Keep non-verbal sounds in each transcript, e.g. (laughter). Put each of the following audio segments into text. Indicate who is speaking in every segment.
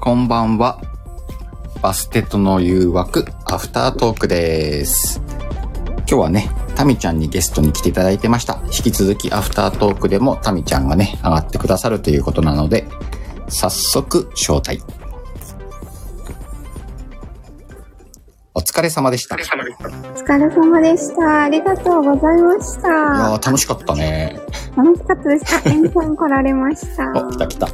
Speaker 1: こんばんは。バステとの誘惑、アフタートークです。今日はね、タミちゃんにゲストに来ていただいてました。引き続きアフタートークでもタミちゃんがね、上がってくださるということなので、早速、招待。お疲れ様でした。いや
Speaker 2: お疲れ様でした。ありがとうございました。
Speaker 1: ー、楽しかったね。
Speaker 2: 楽しかったです。あ、遠方に来られ
Speaker 1: (laughs)
Speaker 2: ました。
Speaker 1: あ、来た来た。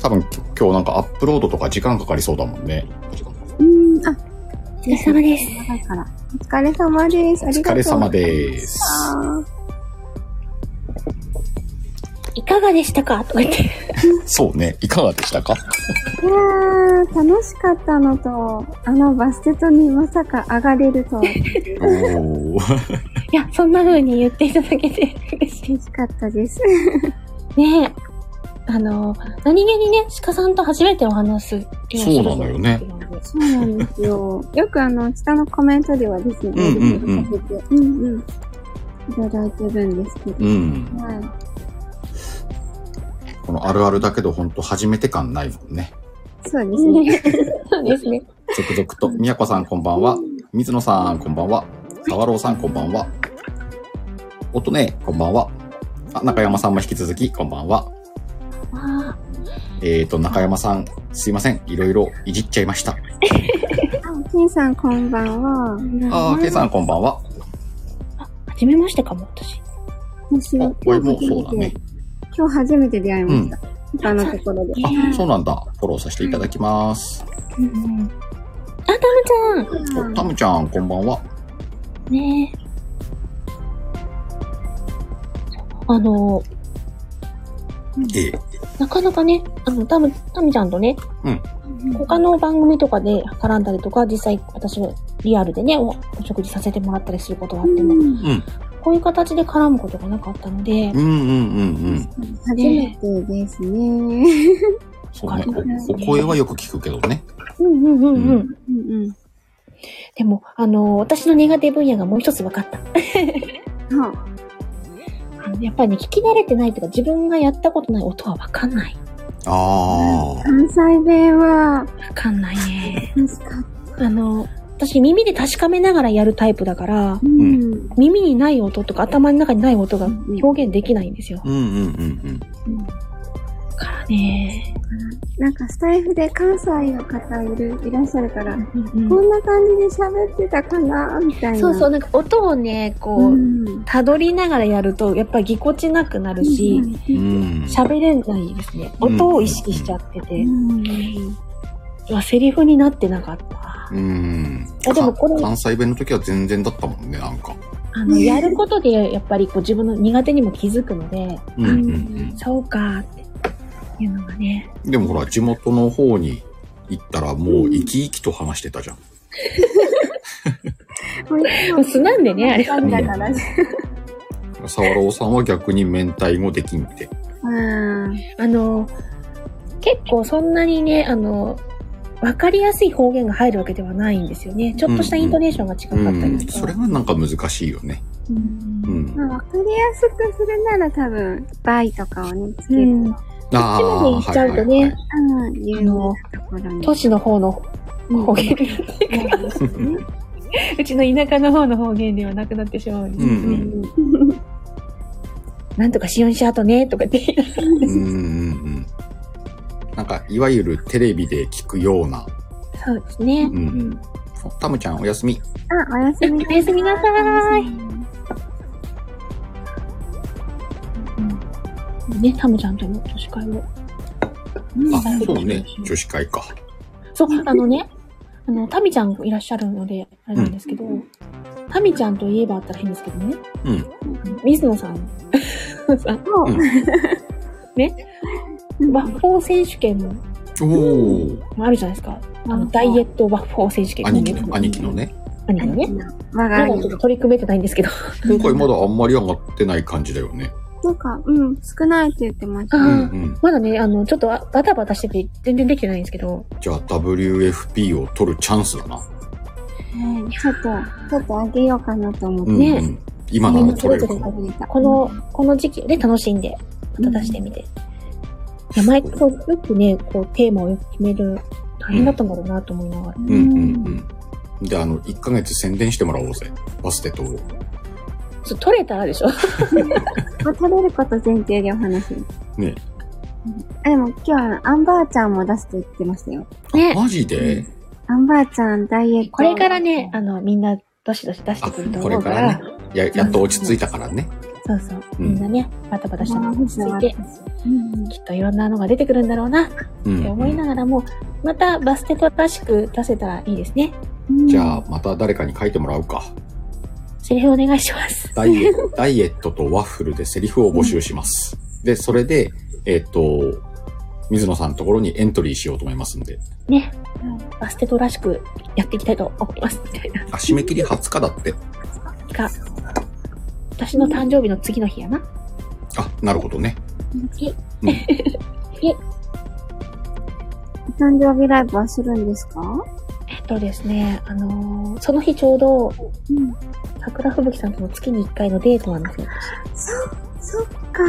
Speaker 1: 多分今日なんかアップロードとか時間かかりそうだもんね。
Speaker 2: うん、あ、
Speaker 3: お疲れ様です。
Speaker 2: だから。お疲れ様です。
Speaker 1: お疲れ様です。
Speaker 2: ありがとうございまし
Speaker 3: いかがでしたかとか言って。 (laughs)
Speaker 1: そうね。いかがでしたか
Speaker 2: た。いやー、楽しかったのと、あのバステトにまさか上がれるとは、嬉
Speaker 1: おー。
Speaker 3: いや、そんな風に言っていただけて嬉しい。
Speaker 2: しかっ
Speaker 1: (laughs)
Speaker 2: たです。
Speaker 3: ねえ。あの、何気にね、鹿さんと初めてお話す。
Speaker 1: そうなのよね
Speaker 2: そうなんですよ。よくあの、下のコメントではですね、
Speaker 1: うんうんうん
Speaker 2: メールとかさせてうんうん。いただいてるんですけど。
Speaker 1: うん。
Speaker 2: はい。
Speaker 1: このあるあるだけど、ほんと初めて感ないもんね。
Speaker 2: そうですね。
Speaker 3: ねそうですね。
Speaker 1: 続々と、みやこさんこんばんは。水野さんこんばんは。沢郎さんこんばんは。おとねこんばんは。あ、中山さんも引き続きこんばんは。
Speaker 3: あ
Speaker 1: えーと、中山さん、すいません。いろいろいじっちゃいました。
Speaker 2: あ、ケンさんこんばんは。
Speaker 1: あー、けいさんこんばんは。
Speaker 3: あ、初めましてかも、私。
Speaker 2: 私
Speaker 1: あ
Speaker 2: は、
Speaker 1: 俺もそうだね。
Speaker 2: 今日初めて出会いました。他のところで。
Speaker 1: あ、そうなんだ。フォローさせていただきます。
Speaker 3: うんうん。あ、タムち
Speaker 1: おタムちゃん、こんばんは。
Speaker 3: ゃんねえ。あの、
Speaker 1: ええ。
Speaker 3: なかなかね、あの、タム、タムちゃんとね、
Speaker 1: うん
Speaker 3: 他の番組とかで絡んだりとか、実際私がリアルでね、おお食事させてもらったりすることがあっても、
Speaker 2: うん
Speaker 3: こういう形で絡むことがなかったので、
Speaker 1: うんうんうんうん。
Speaker 2: 初めてですね。
Speaker 1: そうね。おお声はよく聞くけどね。
Speaker 3: うんうんうんう。
Speaker 1: うん
Speaker 2: うんうん。
Speaker 3: でも、あの、私の苦手分野がもう一つ分かった。
Speaker 2: あ、
Speaker 3: あのやっぱりね、聞き慣れてないというか、自分がやったことない音は分かんない。
Speaker 1: ああ。
Speaker 2: 関西弁は
Speaker 3: 分かんないね。
Speaker 2: 難しかっ
Speaker 3: あの、私耳で確かめながらやるタイプだから
Speaker 2: た。う、ん。
Speaker 3: 耳にない音とか頭の中にない音が表現できないんですよ。
Speaker 1: うんうんうん
Speaker 3: だからね、
Speaker 2: なんかスタイフで関西の方いる、いらっしゃるから、
Speaker 3: うん
Speaker 2: こんな感じで喋ってたかな、みたいな。
Speaker 3: そうそう、なんか音をね、こう、
Speaker 2: うん。
Speaker 3: たどりながらやると、やっぱりぎこちなくなるし、
Speaker 1: うん。うん。
Speaker 3: 喋、れないですね。
Speaker 1: うん
Speaker 3: 音を意識しちゃってて、
Speaker 2: うん
Speaker 3: うわセリフになってなかった。
Speaker 1: うん。
Speaker 3: あでもこれ
Speaker 1: か関西弁の時は全然だったもんね、なんか。
Speaker 3: あの、
Speaker 2: ね
Speaker 3: やることで、やっぱりこう自分の苦手にも気づくので、
Speaker 1: うんうんうん。
Speaker 3: そうかっていうのがね、
Speaker 1: でもほら、地元の方に行ったらもう生き生きと話してたじゃん。
Speaker 2: これ
Speaker 3: もう素なんでねあれ
Speaker 2: 関西だから。
Speaker 1: 沢朗さんは逆に明太語できんって。
Speaker 2: うん。
Speaker 3: あの、結構そんなにね、あの、わかりやすい方言が入るわけではないんですよね。ちょっとしたイントネーションが違か
Speaker 1: う
Speaker 3: ったり
Speaker 1: ん。
Speaker 3: とか。
Speaker 1: それがなんか難しいよね。
Speaker 3: うん
Speaker 1: うん。
Speaker 2: まあわかりやすくするなら多分、バイとかをね、つけ
Speaker 3: う
Speaker 2: る。
Speaker 3: ん、
Speaker 1: あ
Speaker 3: こっちまで行っちゃう
Speaker 1: は
Speaker 3: とね
Speaker 1: いはいはい
Speaker 2: うん、有名なところに。
Speaker 3: 都市の方の方言になってくるうちの田舎の方の方言ではなくなってしまうんですね。
Speaker 1: うんうん
Speaker 3: なんとかしよんしゃあとね、とかって言いながら。
Speaker 1: うんうんうん。なんか、いわゆるテレビで聞くような。
Speaker 3: そうですね
Speaker 1: う。ん。タムちゃんおやすみ。
Speaker 2: あ、おやすみな
Speaker 3: おやすみなさーい。ね、タムちゃんとの女子会も。
Speaker 1: あ、そうね。女子会か。
Speaker 3: そう、あのね、あの、タミちゃんいらっしゃるので、あれなんですけど、タミちゃんといえばあったら変ですけどね、
Speaker 1: うん。
Speaker 3: 水野さ
Speaker 1: (laughs)
Speaker 3: んさ、
Speaker 2: そう (laughs)
Speaker 1: うん
Speaker 3: ワッフォー選手権も
Speaker 1: おー。
Speaker 3: あるじゃないですか。あ
Speaker 2: う
Speaker 3: の、
Speaker 2: ん
Speaker 3: ダイエットワッフォー選手権。
Speaker 1: 兄貴の、兄貴の。ね。
Speaker 3: 兄貴のね。ま
Speaker 2: 我が
Speaker 3: だちょっ
Speaker 2: 兄
Speaker 3: と取り組めてないんですけど。 (laughs)
Speaker 1: 今回まだあんまり上がってない感じだよね。
Speaker 2: なんか、うん、少ないって言ってまし
Speaker 3: う
Speaker 2: た。
Speaker 1: うんん
Speaker 3: まだね、あの、ちょっとあバタバタしてて、全然できてないんですけど
Speaker 1: う。ん。じゃあ WFP を取るチャンスだな。
Speaker 2: はいちょっと、ちょっとあげようかなと思って。
Speaker 1: うん
Speaker 3: ね
Speaker 1: うん。今なら取れるかも。
Speaker 2: れた
Speaker 3: この、この時期で楽しんで、バタ出してみて。名前ってこうよくね、こう、テーマをよく決める、大変だったんだろうなと思いながら。
Speaker 1: うんうんうん。で、あの、1ヶ月宣伝してもらおうぜ。バステと。
Speaker 3: そう取れたらでしょ
Speaker 2: まあ、取れること前提でお話し。
Speaker 1: ね
Speaker 2: あ、でも今日はアンバーちゃんも出すと言ってましたよ。
Speaker 3: ね。
Speaker 1: マジで
Speaker 2: アンバーちゃんダイエット。
Speaker 3: これからね、あの、みんな、どしどし出してくると思うから、
Speaker 1: あこや、やっと落ち着いたからね。
Speaker 3: そうそう、
Speaker 1: うん
Speaker 3: みんなね、バタバタしたのが落ち着いて、
Speaker 2: うん
Speaker 3: きっといろんなのが出てくるんだろうな、って
Speaker 1: うんうん
Speaker 3: 思いながらも、またバステとらしく出せたらいいですね。
Speaker 2: うん
Speaker 1: じゃあ、また誰かに書いてもらうか。
Speaker 3: セリフお願いします。
Speaker 1: ダイエ
Speaker 3: (laughs)
Speaker 1: ダイエットとワッフルでセリフを募集します。で、それで、えっ、と、水野さんのところにエントリーしようと思いますんで。
Speaker 3: ね
Speaker 2: は。
Speaker 3: バステとらしくやっていきたいと思います、みたいな。
Speaker 1: あ、締め切り20日だって。
Speaker 3: が、私の誕生日の次の日やな。
Speaker 1: あ、なるほどね。
Speaker 3: い
Speaker 2: お誕生日ライブはするんですか
Speaker 3: えっとですね、あのーその日ちょうど、
Speaker 2: うん。
Speaker 3: 桜吹雪さんとの月に1回のデートなんですよ。
Speaker 2: そ、そっ (laughs) か。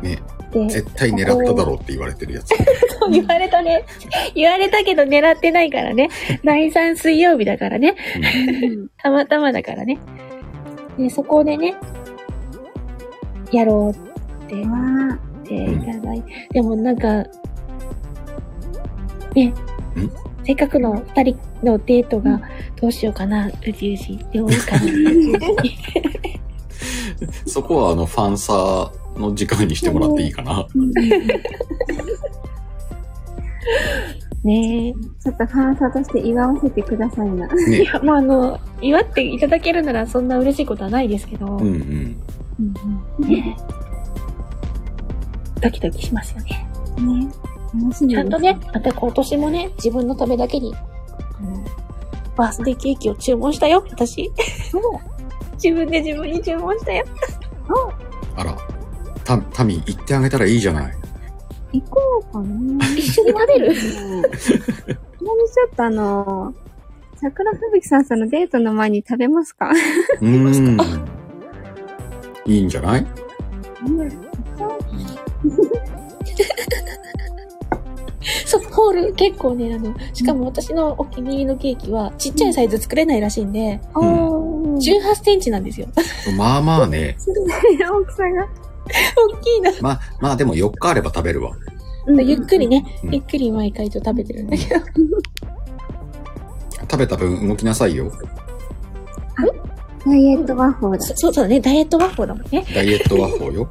Speaker 3: で、
Speaker 1: 絶対狙っただろうって言われてるやつ。
Speaker 3: そう (laughs) 言われたね。言われたけど狙ってないからね。第3水曜日だからね。
Speaker 2: うん
Speaker 3: たまたまだからね。で、そこでね、やろうって言
Speaker 2: わ
Speaker 3: っていただいて、でもなんか、ね、せっかくの二人のデートがどうしようかな、うじうじで多い (laughs) かな。
Speaker 1: (laughs) そこはあの、ファンサーの時間にしてもらっていいかな。
Speaker 2: ー
Speaker 3: ねえ。
Speaker 2: ちょっとファンサとして祝わせてくださいな。
Speaker 3: い
Speaker 1: ね。
Speaker 3: や、まあ、あの、祝っていただけるならそんな嬉しいことはないですけど、
Speaker 1: うんうん。
Speaker 3: ねドキドキしますよね。
Speaker 2: ね。楽しみ
Speaker 3: ちゃんと
Speaker 2: ね。
Speaker 3: ね、また今年もね、自分のためだけに、あの、バースデーケーキを注文したよ、私。 (laughs) 自分で自分に注文したよ。
Speaker 1: あら、た、タミ、言ってあげたらいいじゃない。
Speaker 2: 行こうかな。
Speaker 3: 一緒に食べる
Speaker 2: ちなみにちょっとあの、桜吹雪さんそのデートの前に食べますか
Speaker 1: うーん。いいんじゃない
Speaker 3: そう、ホール結構ね、あの、しかも私のお気に入りのケーキは、ちっちゃいサイズ作れないらしいんで、
Speaker 2: あー
Speaker 3: 18センチなんですよ。 (laughs)
Speaker 1: まあまあね。
Speaker 2: 大きさが。
Speaker 3: 大きいな。
Speaker 1: まあ、まあでも4日あれば食べるわ。
Speaker 3: ゆっくりね、
Speaker 1: うん
Speaker 3: ゆっくり毎回と食べてるんだけど。
Speaker 1: 食べた分動きなさいよ。
Speaker 2: ダイエット和法
Speaker 3: (laughs)
Speaker 2: だ。
Speaker 3: そそうだね、ダイエットワッフルだもんね。
Speaker 1: ダイエット和法よ。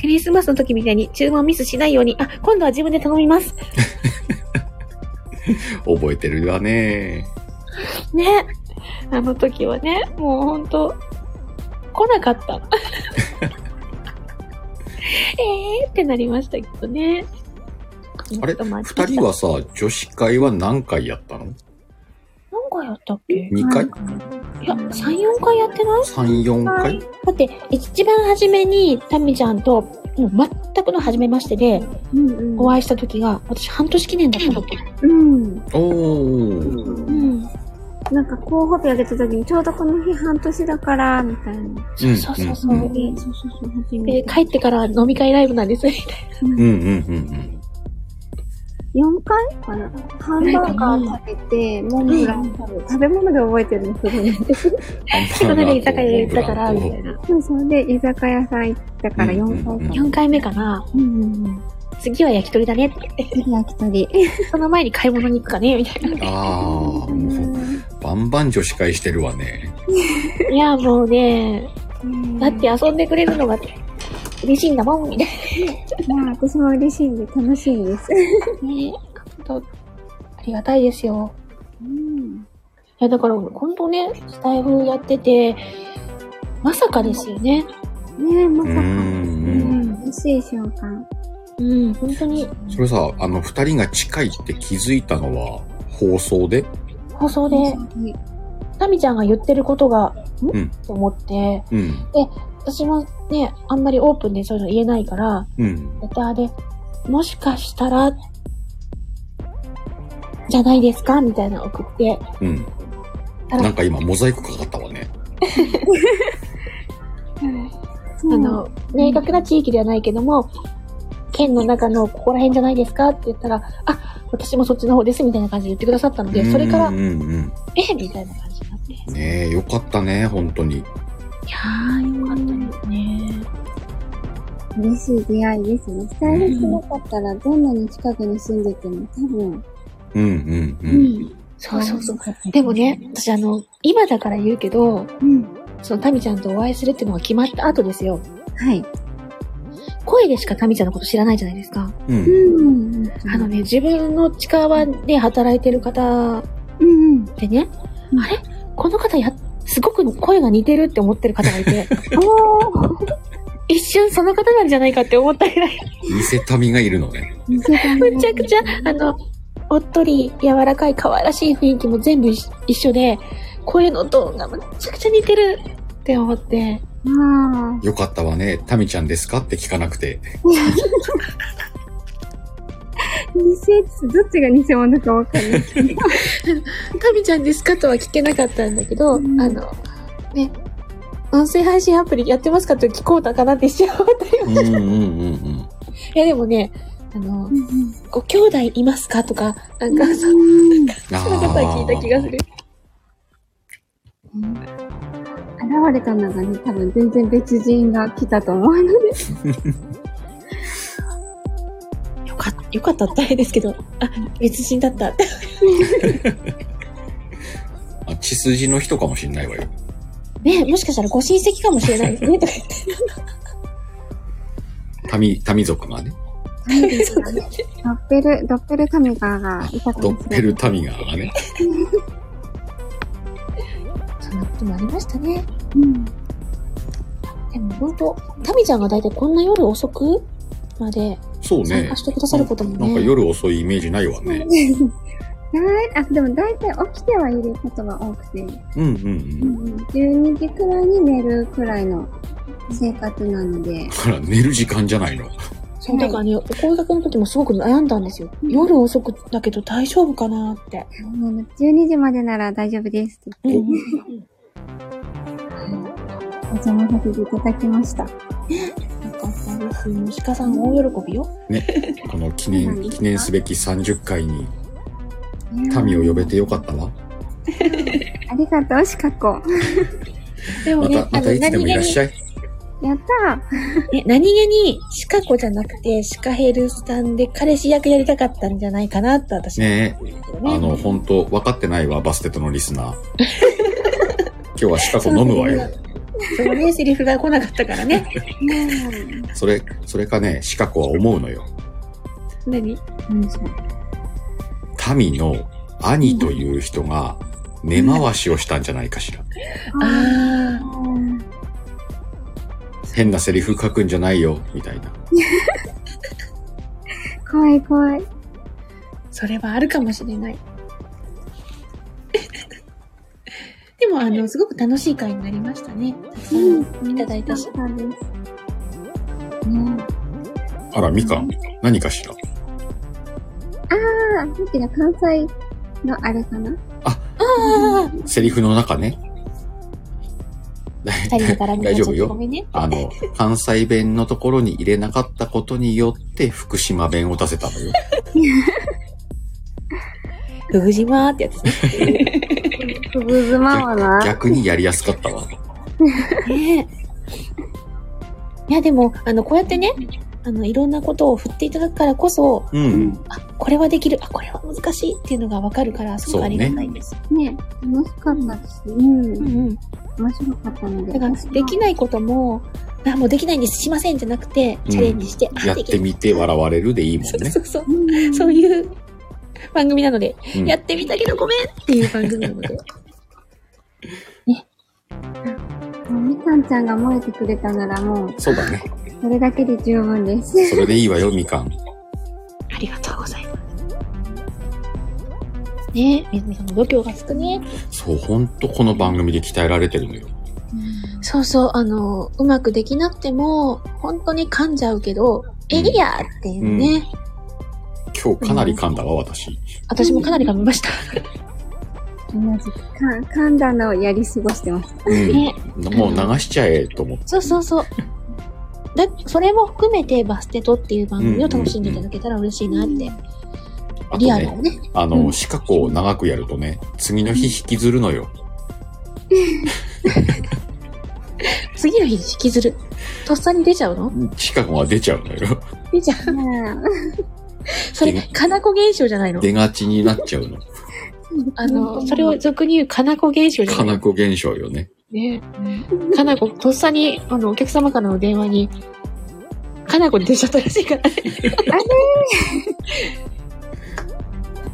Speaker 3: クリスマスの時みたいに注文ミスしないように、あ、今度は自分で頼みます。
Speaker 1: 覚えてるわね。
Speaker 3: ね。あの時はね、もうほんと、来なかった。 (laughs) えーってなりましたけどね。
Speaker 1: あれ
Speaker 3: ちょっと待って
Speaker 1: 二人はさ、女子会は何回やったの
Speaker 3: 何回やったっけい
Speaker 1: 二回
Speaker 3: や、3、4回やってない
Speaker 1: 三四回
Speaker 3: だって、一番初めに、タミちゃんと、もう全くの初めましてで、
Speaker 2: うんうん。
Speaker 3: お会いした時が、私半年記念だったの。
Speaker 2: うん。
Speaker 1: おー。
Speaker 3: うん。
Speaker 2: なんか候補日あげた時にちょうどこの日半年だから、みたいな。
Speaker 3: そうそうそうそう。
Speaker 1: うん
Speaker 2: でそうそうそう、初め
Speaker 3: で、
Speaker 2: て。
Speaker 3: 帰ってから飲み会ライブなん (laughs) です。
Speaker 1: うんうんうん
Speaker 2: 4回かなハンバーガー食べて、モンブラン食べ、食べ物で覚えてるのすごい。
Speaker 1: うん。
Speaker 3: この間居酒屋で行ったから、みたいな。
Speaker 2: そうそう。で、居酒屋さん行ったから4回かな。
Speaker 3: 4回目かな。
Speaker 2: うんうんうん。
Speaker 3: 次は焼き鳥だねって言って。
Speaker 2: 次焼き鳥。
Speaker 3: その前に買い物に行くかねみたい
Speaker 1: ああー、もう、バンバン女子会してるわね。
Speaker 3: な。いや、もうね、だって遊んでくれるのが嬉しいんだもん、みたい
Speaker 2: まあ、私も嬉しいんで楽しいです。
Speaker 3: なね。本当ありがたいですよ。
Speaker 2: うん。
Speaker 3: いや、だから、本当ね、スタイフやってて、まさかですよね。
Speaker 2: ねえ、ま
Speaker 1: う
Speaker 2: さ
Speaker 1: ん
Speaker 2: か。
Speaker 1: う。
Speaker 2: うんん、嬉しい瞬間。
Speaker 3: うん、本当に、
Speaker 1: それさ、あの、二人が近いって気づいたのは、放送で
Speaker 3: 放送で、タミちゃんが言ってることが、ん、
Speaker 1: うん
Speaker 3: と思って、
Speaker 1: うん。
Speaker 3: 私もね、あんまりオープンでそういうの言えないから、
Speaker 1: うん。
Speaker 3: レターで、もしかしたら、じゃないですかみたいなの送って、
Speaker 1: うん。
Speaker 3: た
Speaker 1: な
Speaker 3: ら
Speaker 1: ん、か今、モザイクかかったわね。
Speaker 2: そう
Speaker 3: あの、明確な地域ではないけども、県の中のここら辺じゃないですかって言ったら、あ、私もそっちの方ですみたいな感じで言ってくださったので、それから
Speaker 1: うん、うん
Speaker 3: えみたいな感じになって。い
Speaker 1: うん。ねえ、よかったね、本当に。
Speaker 3: やー、よかったですね。
Speaker 2: 嬉しい出会いですね。スタイリストなかったら、どんなに近くに住んでても、多分、
Speaker 1: うんうんうん。
Speaker 3: そうそうそう。でもね、私あの、今だから言うけど、
Speaker 2: うん。
Speaker 3: そのタミちゃんとお会いするっていうのが決まった後ですよ。
Speaker 2: はい。
Speaker 3: 声でしかタミちゃんのこと知らないじゃないですか。
Speaker 1: うん。
Speaker 2: うん。
Speaker 3: あのね、自分の近場で働いてる方
Speaker 2: うんうん。
Speaker 3: でね、
Speaker 2: うん
Speaker 3: あれこの方や、すごく声が似てるって思ってる方がい (laughs) て、
Speaker 2: おー
Speaker 3: 一瞬その方なんじゃないかって思ったぐらい、
Speaker 1: 偽民がいるのね。
Speaker 2: 見せたい
Speaker 3: むちゃくちゃ、あの、おっとり柔らかい可愛らしい雰囲気も全部一一緒で、声のトーンがむちゃくちゃ似てるって思って、
Speaker 2: ああ。
Speaker 1: よかったわね。タミちゃんですかって聞かなくて。
Speaker 2: 偽、どっちが偽物かわかんない。
Speaker 3: タミちゃんですかとは聞けなかったんだけど、
Speaker 2: うん
Speaker 3: あの、ね、音声配信アプリやってますかと聞こうだかなって一瞬思ったよ。
Speaker 1: うんうんうん
Speaker 3: いやでもね、あの、ご兄弟いますかとか、なんか、そ
Speaker 2: うん。
Speaker 1: うん。あ
Speaker 3: そんなことは聞いた気がする。
Speaker 2: 現れたのがね、多分全然別人が来たと思うので。
Speaker 3: よかった、よかったってあれですけど、あ、別人だったって。
Speaker 1: あ血筋の人かもしんないわよ。
Speaker 3: ねもしかしたらご親戚かもしれないですね、とか言って。
Speaker 1: 民、民族がね。
Speaker 2: ドッペル、ドッペルカメラがいたか
Speaker 1: ド
Speaker 2: もし
Speaker 1: ッペ
Speaker 2: れない。
Speaker 1: ルタミガーがね。
Speaker 3: そんなこともありましたね。
Speaker 2: うん。
Speaker 3: でも本当タミちゃんが大体こんな夜遅くまで
Speaker 1: そう
Speaker 3: 参
Speaker 1: ね
Speaker 3: 加。してくださることも
Speaker 1: な
Speaker 3: ね。
Speaker 1: んか夜遅いイメージないわね。
Speaker 2: だい、あ、でも大体起きてはいることが多くて、
Speaker 1: うんうんうん。
Speaker 2: 12時くらいに寝るくらいの生活なので、
Speaker 1: だから寝る時間じゃないの。
Speaker 3: そう、だからね、お声掛けの時もすごく悩んだんですよ。夜遅くだけど大丈夫かなって。
Speaker 2: もう12時までなら大丈夫ですって
Speaker 3: うん
Speaker 2: お邪魔させていただきました。
Speaker 3: よかったです。虫かさん大喜びよ。
Speaker 1: この記念、記念すべき30回に民を呼べてよかったわ。
Speaker 2: ありがとう、シカコ。
Speaker 3: でも
Speaker 1: ま
Speaker 3: ね、
Speaker 1: た、またいつでもいらっしゃい。
Speaker 2: やったー。
Speaker 3: ね、何気に、シカ子じゃなくて、シカヘルさんで彼氏役やりたかったんじゃないかなって私は
Speaker 1: ね
Speaker 3: 思うんですけど
Speaker 1: あの、本当分かってないわ、バステットのリス (laughs) ナー。今日はシカコ飲むわよ。
Speaker 3: そのね、セリフが来なかったからね。
Speaker 2: うん。
Speaker 1: それ、それかね、シカコは思うのよ。
Speaker 3: 何
Speaker 1: 民の兄という人が根回しをしたんじゃないかしら。
Speaker 3: ああ、
Speaker 1: 変なセリフ書くんじゃないよ、みたいな。
Speaker 2: 怖い怖い。
Speaker 3: それはあるかもしれない。 (laughs) でも、あの、すごく楽しい回になりましたね。たくさんいただいたし
Speaker 2: よ。かったです。ね
Speaker 1: あら、みかん、何かしら。
Speaker 2: あー、さっきの関西のあれかな
Speaker 3: ああ、
Speaker 1: セリフの中ね。大
Speaker 3: 二人だからみ
Speaker 1: 大丈夫
Speaker 3: ご
Speaker 1: よ。
Speaker 3: めんね。
Speaker 1: あの、関西弁のところに入れなかったことによって、福島弁を出せたのよ。
Speaker 3: ふぐじまーってやつ (laughs) です
Speaker 2: ふぶずまわな。
Speaker 1: 逆にやりやすかったわ。
Speaker 3: ね。いや、でも、あの、こうやってね、あの、いろんなことを振っていただくからこそ、
Speaker 1: うんうん。
Speaker 3: あ、これはできる、あ、これは難しいっていうのがわかるから、すごくありがたいです。
Speaker 2: ね楽しかったし、うん。
Speaker 3: うんうん。
Speaker 2: 面白かったので。
Speaker 3: だから、できないことも、あ、もうできないんです、しませんじゃなくて、チャレンジして、あ、
Speaker 1: やっ
Speaker 3: でき
Speaker 1: て
Speaker 3: る。
Speaker 1: みて笑われるでいいもん
Speaker 3: そう
Speaker 1: ね。
Speaker 3: そうそう。
Speaker 2: う
Speaker 3: (laughs)
Speaker 2: ん
Speaker 3: そういう番組なので、
Speaker 1: うん
Speaker 3: やってみたけどごめんっていう番組な
Speaker 1: (laughs)
Speaker 3: ので。
Speaker 2: みかんちゃんが燃えてくれたならもう、
Speaker 1: そうだね。
Speaker 2: それだけで十分です。
Speaker 1: それでいいわよ、みかん。
Speaker 3: ありがとうございます。ねえ、みずみさんの度胸がつくね。
Speaker 1: そう、ほんとこの番組で鍛えられてるのよ。
Speaker 3: そうそう、あの、うまくできなくても、本当に噛んじゃうけど、えいやーっていうね、
Speaker 1: 今日かなり噛んだわ、私。
Speaker 3: 私もかなり噛みました。
Speaker 2: 同じか、噛んだのをやり過ごしてます。
Speaker 1: うん
Speaker 3: ね。
Speaker 1: もう流しちゃえと思って。
Speaker 3: そうそうそう。だそれも含めてバステトっていう番組を楽しんでいただけたら嬉しいなって。
Speaker 1: あと
Speaker 3: リアルを
Speaker 1: ね、
Speaker 3: ね。
Speaker 1: あ
Speaker 3: う
Speaker 1: の、
Speaker 3: ん
Speaker 1: シカゴを長くやるとね、次の日引きずるのよ。
Speaker 3: 次の日に引きずる。とっさに出ちゃうの
Speaker 1: シカゴが出ちゃうのよ。
Speaker 3: 出ちゃう。それ、かなこ現象じゃないの
Speaker 1: 出がちになっちゃうの。
Speaker 3: (laughs) あの、それを俗に言うかなこ現象じゃ
Speaker 1: か
Speaker 3: ない
Speaker 1: なこ現象よね。
Speaker 3: ね。かなこ、とっさに、あの、お客様からの電話に、かなこに出ちゃったらしいからね。あ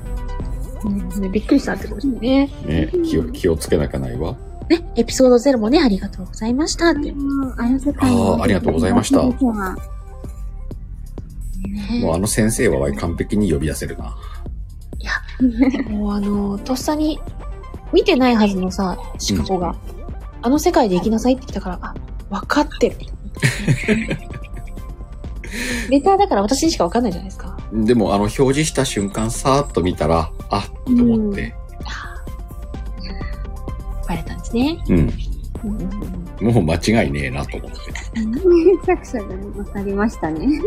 Speaker 3: れびっくりしたってことね。
Speaker 1: ね気を、気をつけなきゃないわ。
Speaker 3: ね、エピソード0もね、ありがとうございましたって。
Speaker 2: あの世界に
Speaker 1: あーありがとうございました
Speaker 2: は
Speaker 1: もう
Speaker 3: ね
Speaker 1: あの先生はわい完璧に呼び出せるな。
Speaker 3: もうあの、とっさに、見てないはずのさ、シカゴが、あの世界で生きなさいって来たから、あ、わかって (laughs) る。レターだから私にしかわかんないじゃないですか。
Speaker 1: でも、あの、表示した瞬間、さーっと見たら、あっと思って。
Speaker 3: バレたんですね。
Speaker 1: うん。
Speaker 3: うんうんうん
Speaker 1: もう間違いねえなと思って。
Speaker 2: 作者がね、わかりましたね。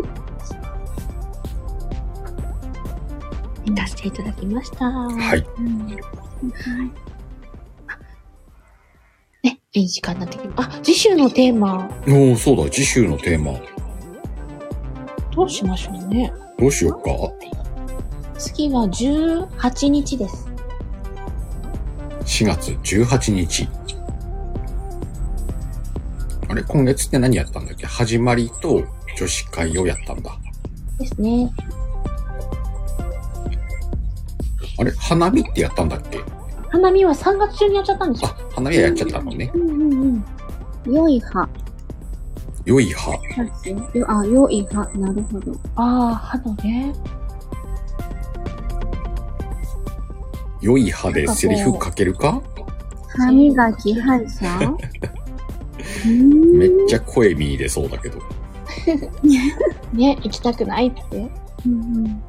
Speaker 3: 出していただきました。
Speaker 1: は。
Speaker 3: はいね、いい時間になってきまあ、次週のテーマ、
Speaker 1: おー、そうだ、次週のテーマ。
Speaker 3: どうしましょうね。
Speaker 1: どうしよう
Speaker 3: 次は18日です。
Speaker 1: か。4月18日。あれ、今月って何やったんだっけ始まりと女子会をやったんだ。
Speaker 3: ですね。
Speaker 1: あれ、花見ってやったんだっけ
Speaker 3: 花見は3月中にやっちゃったんですよ。
Speaker 1: あ、花見はやっちゃったのね。
Speaker 3: うんうん
Speaker 2: 良い派。
Speaker 1: 良い派。
Speaker 2: よあ、良い派。なるほど。
Speaker 3: ああ、花ね。
Speaker 1: 良い派でセリフ書けるか
Speaker 2: 歯磨き反射うん
Speaker 1: めっちゃ声見出そうだけど。
Speaker 3: ね、行きたくないって。
Speaker 2: うん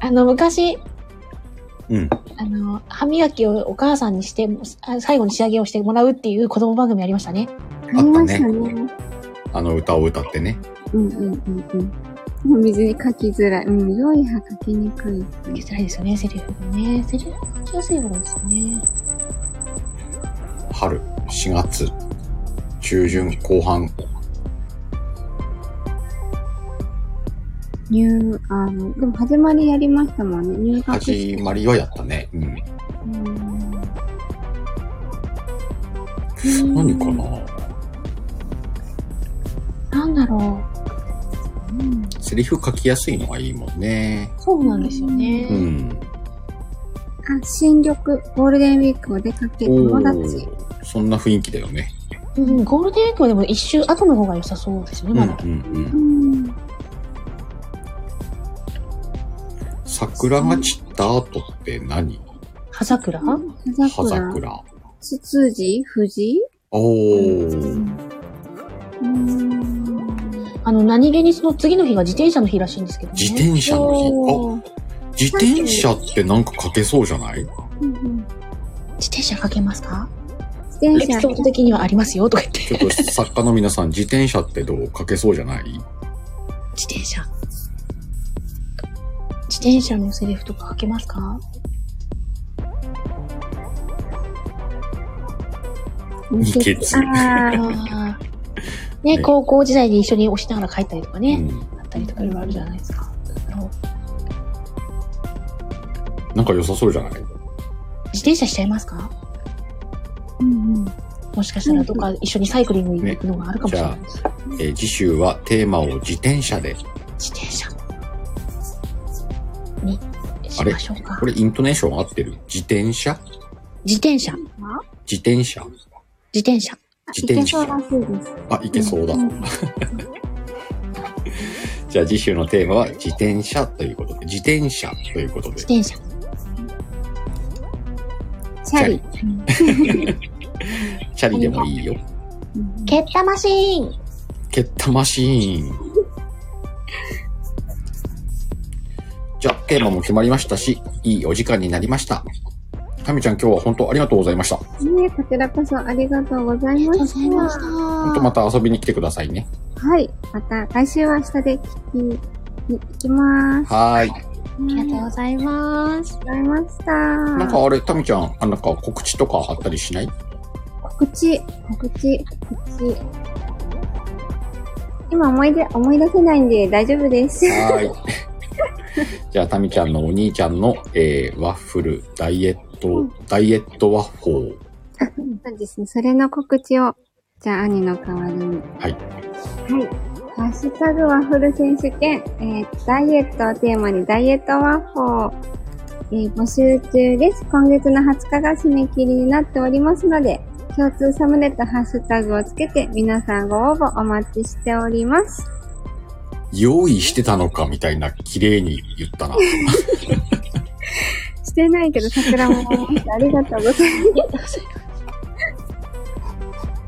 Speaker 3: あの、昔、
Speaker 1: うん。
Speaker 3: あの、歯磨きをお母さんにして、あ最後に仕上げをしてもらうっていう子供番組ありましたね。
Speaker 2: ありましたね。
Speaker 1: あの歌を歌ってね。
Speaker 2: うんうんうんうん。水に書きづらい。うん、良い歯書きにくい。
Speaker 3: 受けづらいですよね、セリフがね。セリフが書きやすい方がいいですね。
Speaker 1: 春、4月、中旬、後半。
Speaker 2: 入、あの、でも始まりやりましたもんね。入学
Speaker 1: 始まりはやったね。うん。何かな
Speaker 3: なんだろう。うん、
Speaker 1: セリフ書きやすいのがいいもんね。
Speaker 3: そうなんですよね。
Speaker 1: うん。
Speaker 2: あ、新緑、ゴールデンウィークを出かけ、
Speaker 1: お
Speaker 2: 友達。
Speaker 1: ーそんな雰囲気だよね。
Speaker 3: うん、ゴールデンウィークはでも一周後の方が良さそうですよ
Speaker 1: うん
Speaker 3: ね、
Speaker 1: う
Speaker 3: ま
Speaker 1: ん
Speaker 3: だ。
Speaker 1: うん
Speaker 2: う。ん。
Speaker 1: 桜が散った後って何
Speaker 3: 葉桜
Speaker 2: 葉
Speaker 1: 葉
Speaker 2: 桜、
Speaker 1: 桜。
Speaker 2: ツツジ、富士
Speaker 1: おー。
Speaker 2: うん。
Speaker 3: あの、何気にその次の日が自転車の日らしいんですけどね。
Speaker 1: 自転車の
Speaker 2: おー
Speaker 1: 日。あ、自転車ってなんか書けそうじゃない
Speaker 2: うんうん
Speaker 3: 自転車かけますか
Speaker 2: 自
Speaker 3: エ
Speaker 2: 転
Speaker 3: ピ
Speaker 2: 車
Speaker 3: ソード的にはありますよ、とか言って。
Speaker 1: ちょっと作家の皆さん、自転車ってどう書けそうじゃない
Speaker 3: 自転車。自転車のセリフとか書けます (laughs) か
Speaker 1: 二ケツ。
Speaker 2: あー
Speaker 3: あーね、
Speaker 1: ね
Speaker 3: 高校時代に一緒に押しながら帰ったりとか
Speaker 1: う
Speaker 3: ね、
Speaker 1: ん。
Speaker 3: あったりとかいろいろあるじゃないですか。あの
Speaker 1: なんか良さそうじゃない
Speaker 3: 自転車しちゃいますか
Speaker 2: うんうん。
Speaker 3: もしかしたらどっか一緒にサイクリング行くのがあるかもしれない、
Speaker 1: ねえー次週はテーマを自転車で。
Speaker 3: 自転車にしましょうか
Speaker 1: こ。れイントネーション合ってる自転車
Speaker 3: 自転車、
Speaker 1: 自転車
Speaker 3: 自転車。
Speaker 1: 自転車
Speaker 2: いけそうらしいです。
Speaker 1: あ、いけそうだ。
Speaker 2: ん
Speaker 1: (laughs) じゃあ次週のテーマは自転車ということで、自転車ということで
Speaker 3: 自。転車。
Speaker 2: チャリ。
Speaker 1: チャリでもいいよ。
Speaker 3: 蹴ったマシーン
Speaker 1: 蹴ったマシーン。じゃあテーマも決まりましたし、いいお時間になりました。タミちゃん今日は本当ありがとうございました。
Speaker 2: ねこちらこそありがとうございま
Speaker 3: ありがと
Speaker 2: した。
Speaker 3: うございました。
Speaker 1: 本当また遊びに来てくださいね。
Speaker 2: はい。また来週は下で聞きに行きます。
Speaker 1: はーい。
Speaker 2: あり
Speaker 3: り
Speaker 2: が
Speaker 3: が
Speaker 2: と
Speaker 3: とうございます。
Speaker 2: うございました。
Speaker 1: なんかあれ、タミちゃん、あなんか告知とかあったりしない
Speaker 2: 告知、告知、告知。今思い出、思い出せないんで大丈夫です。
Speaker 1: はーい。 (laughs) じゃあ、タミちゃんのお兄ちゃんの、えー、ワッフル、ダイエット、ダイエットワッフ
Speaker 2: そうですね。それの告知を、じゃあ、兄の代わりに。
Speaker 1: はい
Speaker 2: はい。ハッシュタグワッフル選手権、えーダイエットをテーマにダイエットワッフルを、えー募集中です。今月の20日が締め切りになっておりますので、共通サムネとハッシュタグをつけて皆さんご応募お待ちしております。
Speaker 1: ォー。用意してたのかみたいな、綺麗に言った (laughs) な。
Speaker 2: してないけど桜も思いましたありがとうござい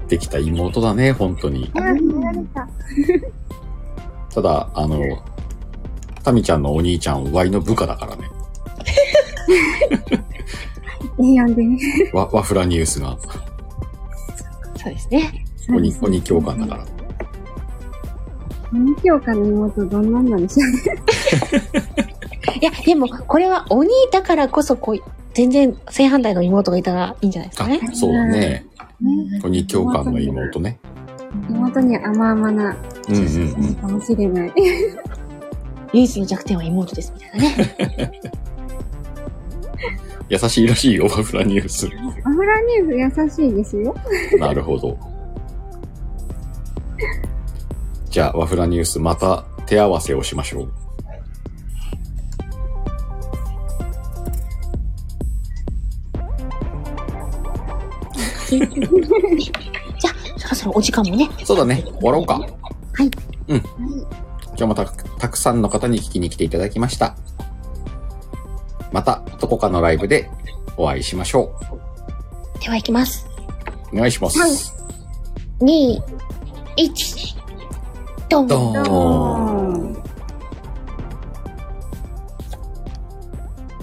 Speaker 1: できた妹だね、本当に。
Speaker 2: ます。見られた。
Speaker 1: ただ、あの、タミちゃんのお兄ちゃん、ワイの部下だからね。
Speaker 2: いいやんでね。
Speaker 1: ワワフラニュースが、
Speaker 3: そうですね。
Speaker 1: 鬼、鬼教官だから。
Speaker 2: 鬼教官の妹どんなんなんでしょう
Speaker 3: いや、でも、これは鬼だからこそ、こう、全然正反対の妹がいたらいいんじゃないですかね。
Speaker 1: あ、そうだね。
Speaker 2: ね。
Speaker 1: 鬼教官の妹ね。
Speaker 2: 妹には甘々な
Speaker 1: うんうんうん。
Speaker 2: かもしれない。
Speaker 3: 唯一の弱点は妹です、みたいな
Speaker 1: (laughs)
Speaker 3: ね。
Speaker 1: 優しいらしいよ、ワフラニュー (laughs) ス。
Speaker 2: アフラニュース優しいですよ。
Speaker 1: なるほど。じゃあ、ワフラニュース、また手合わせをしましょう。
Speaker 3: じゃあ、そろそろお時間もね。。
Speaker 1: そうだね、終わろうか。はいうん。今日もたたくさんの方に聞きに来ていただきました。また、どこかのライブでお会いしましょ
Speaker 3: では行きます。
Speaker 1: う。お願いします。
Speaker 3: はい2、1、ドン
Speaker 1: ドーン。